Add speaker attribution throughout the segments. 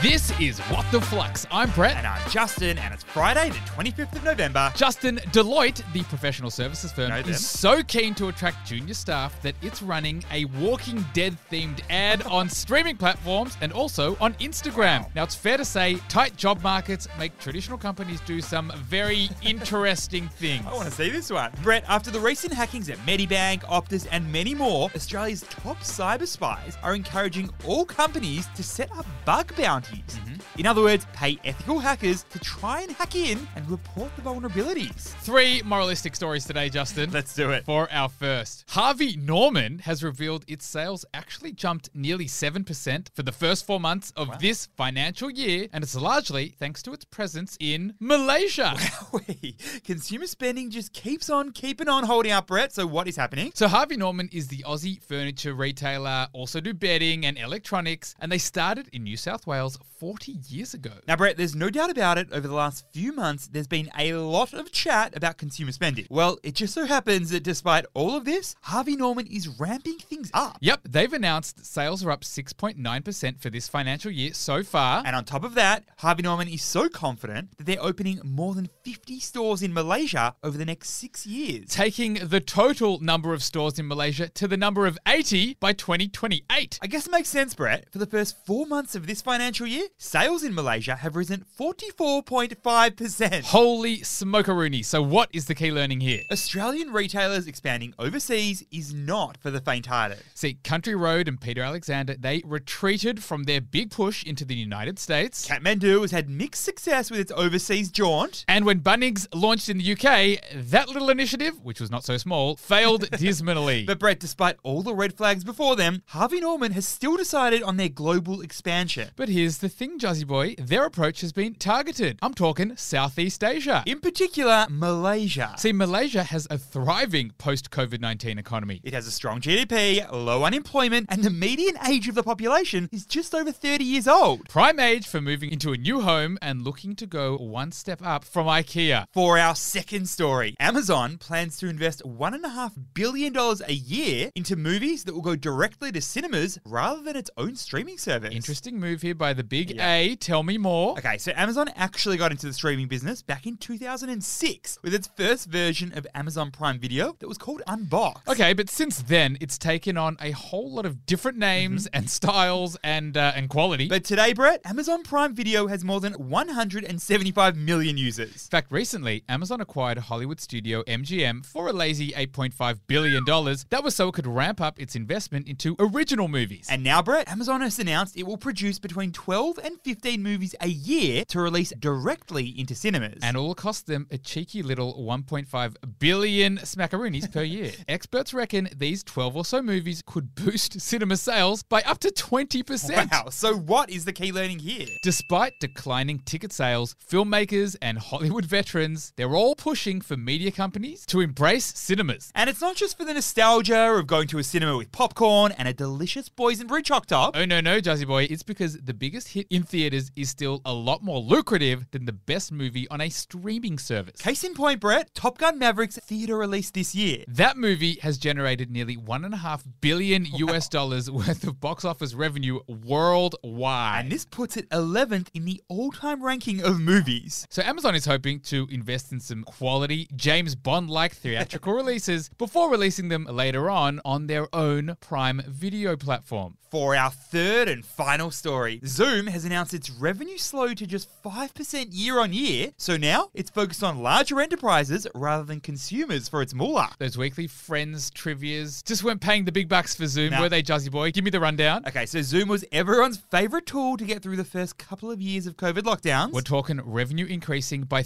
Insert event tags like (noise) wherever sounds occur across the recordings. Speaker 1: This is What the Flux. I'm Brett.
Speaker 2: And I'm Justin, and it's Friday, the 25th of November.
Speaker 1: Justin Deloitte, the professional services firm,
Speaker 2: Know them.
Speaker 1: is so keen to attract junior staff that it's running a Walking Dead themed
Speaker 2: (laughs)
Speaker 1: ad on streaming platforms and also on Instagram. Now, it's fair to say tight job markets make traditional companies do some
Speaker 2: (laughs)
Speaker 1: very interesting things.
Speaker 2: I want to see this one. Brett, after the recent hackings at Medibank, Optus, and many more, Australia's top cyber spies are encouraging all companies to set up bug bounties. In other words, pay ethical hackers to try and hack in and report the vulnerabilities.
Speaker 1: Three moralistic stories today, Justin.
Speaker 2: Let's do it. (laughs)
Speaker 1: for our first. Harvey Norman has revealed its sales actually jumped nearly 7% for the first four months of this financial year, and it's largely thanks to its presence in Malaysia.
Speaker 2: Consumer spending just keeps on keeping on holding up, Brett. So, what is happening?
Speaker 1: (laughs) So Harvey Norman is the Aussie furniture retailer, also do bedding and electronics, and they started in New South Wales 40 years ago.
Speaker 2: Now, Brett, there's no doubt about it. Over the last few months, there's been a lot of chat about consumer spending. Well, it just so happens that despite all of this, Harvey Norman is ramping things up.
Speaker 1: Yep, they've announced that sales are up 6.9% for this financial year so far.
Speaker 2: And on top of that, Harvey Norman is so confident that they're opening more than 50 stores in Malaysia over the next six years.
Speaker 1: taking the total number of stores in Malaysia to the number of 80 by 2028.
Speaker 2: I guess it makes sense, Brett. For the first four months of this financial year, sales in Malaysia have risen 44.5%.
Speaker 1: Holy smokeroony. So, what is the key learning here?
Speaker 2: Australian retailers expanding overseas is not for the faint-hearted.
Speaker 1: See, Country Road and Peter Alexander, they retreated from their big push into the United States.
Speaker 2: Kathmandu has had mixed success with its overseas jaunt.
Speaker 1: and when Bunnings launched in the UK, that little initiative, which was not so small, failed dismally.
Speaker 2: But Brett, despite all the red flags before them, Harvey Norman has still decided on their global expansion.
Speaker 1: But here's the thing, Jazzy Boy, their approach has been targeted. I'm talking Southeast Asia.
Speaker 2: In particular, Malaysia.
Speaker 1: See, Malaysia has a thriving post COVID 19 economy.
Speaker 2: It has a strong GDP, low unemployment, and the median age of the population is just over 30 years old.
Speaker 1: Prime age for moving into a new home and looking to go one step up from IKEA.
Speaker 2: For our second story, Amazon plans to invest $1.5 billion a year into movies that will go directly to cinemas rather than its own streaming service.
Speaker 1: Interesting move here by the big A. Tell me more.
Speaker 2: Okay, so Amazon actually got into the streaming business back in 2006 with its first version of Amazon Prime Video that was called Unbox.
Speaker 1: Okay, but since then, it's taken on a whole lot of different names and (laughs) styles and uh, and quality.
Speaker 2: Mm-hmm. But today, Brett, Amazon Prime Video has more than 175 million users.
Speaker 1: in fact, recently, Amazon acquired Hollywood studio MGM for a lazy $8.5 billion. That was so it could ramp up its investment into original movies.
Speaker 2: And now, Brett, Amazon has announced it will produce between 12 and 15 movies a year to release directly into cinemas.
Speaker 1: And it'll cost them a cheeky little 1.5 billion smackaroonies per
Speaker 2: (laughs)
Speaker 1: year. Experts reckon these 12 or so movies could boost cinema sales by up to 20%.
Speaker 2: wow, so what is the key learning here?
Speaker 1: Despite declining ticket sales, filmmakers and Hollywood veterans, they're all pushing for media companies to embrace cinemas.
Speaker 2: And it's not just for the nostalgia of going to a cinema with popcorn and a delicious boysenberry choc top.
Speaker 1: Oh no no, Jazzy Boy, it's because the biggest hit in theaters is still a lot more lucrative than the best movie on a streaming service.
Speaker 2: Case in point, Brett, Top Gun Maverick's theater release this year.
Speaker 1: That movie has generated nearly one and a half billion US dollars worth of box office revenue worldwide.
Speaker 2: And this puts it 11th in the all time ranking of movies.
Speaker 1: so Amazon is hoping to invest in some quality James Bond-like theatrical releases before releasing them later on on their own Prime Video platform.
Speaker 2: For our third and final story, Zoom has announced its revenue slowed to just 5% year on year, so now it's focused on larger enterprises rather than consumers for its moolah.
Speaker 1: Those weekly friends trivias just weren't paying the big bucks for Zoom,
Speaker 2: Nah.
Speaker 1: were they, Jazzy Boy? Give me the rundown.
Speaker 2: Okay, so Zoom was everyone's favorite tool to get through the first couple of years of COVID lockdowns.
Speaker 1: We're talking revenue increasing by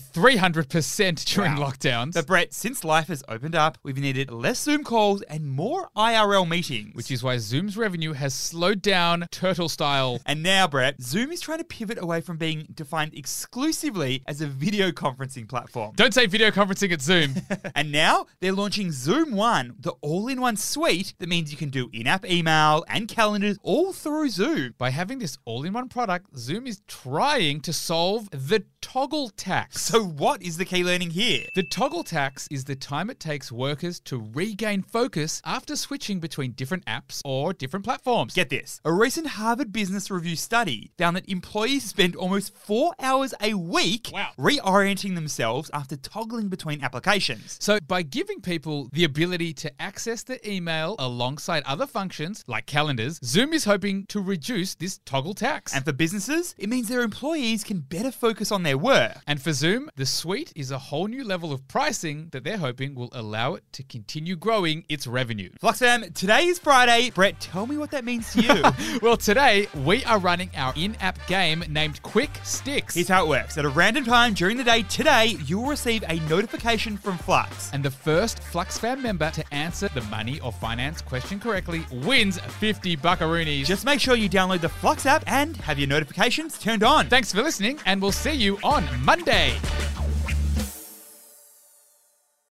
Speaker 1: 300% during
Speaker 2: Wow.
Speaker 1: lockdowns.
Speaker 2: But Brett, since life has opened up, we've needed less Zoom calls and more IRL meetings.
Speaker 1: which is why Zoom's revenue has slowed down turtle style
Speaker 2: And now, Brett, Zoom is trying to pivot away from being defined exclusively as a video conferencing platform.
Speaker 1: Don't say video conferencing at Zoom.
Speaker 2: and now they're launching Zoom One, the all in one suite that means you can do in app email and calendars all through Zoom.
Speaker 1: By having this all in one product, Zoom is trying to solve the toggle tax.
Speaker 2: So, what is the key learning here?
Speaker 1: the toggle tax is the time it takes workers to regain focus after switching between different apps or different platforms.
Speaker 2: Get this. A recent Harvard Business Review study found that employees employees spend almost four hours a week
Speaker 1: Wow.
Speaker 2: reorienting themselves after toggling between applications.
Speaker 1: So, by giving people the ability to access their email alongside other functions like calendars, Zoom is hoping to reduce this toggle tax.
Speaker 2: And for businesses, it means their employees can better focus on their work.
Speaker 1: And for Zoom, the suite is a whole new level of pricing that they're hoping will allow it to continue growing its revenue.
Speaker 2: Flux fam, today is Friday. Brett, tell me what that means to you.
Speaker 1: Well, today we are running our in app game named Quick Sticks.
Speaker 2: Here's how it works. At a random time during the day today, you will receive a notification from Flux.
Speaker 1: and the first Flux Fam member to answer the money or finance question correctly wins 50 buckaroonies.
Speaker 2: Just make sure you download the Flux app and have your notifications turned on.
Speaker 1: Thanks for listening, and we'll see you on Monday.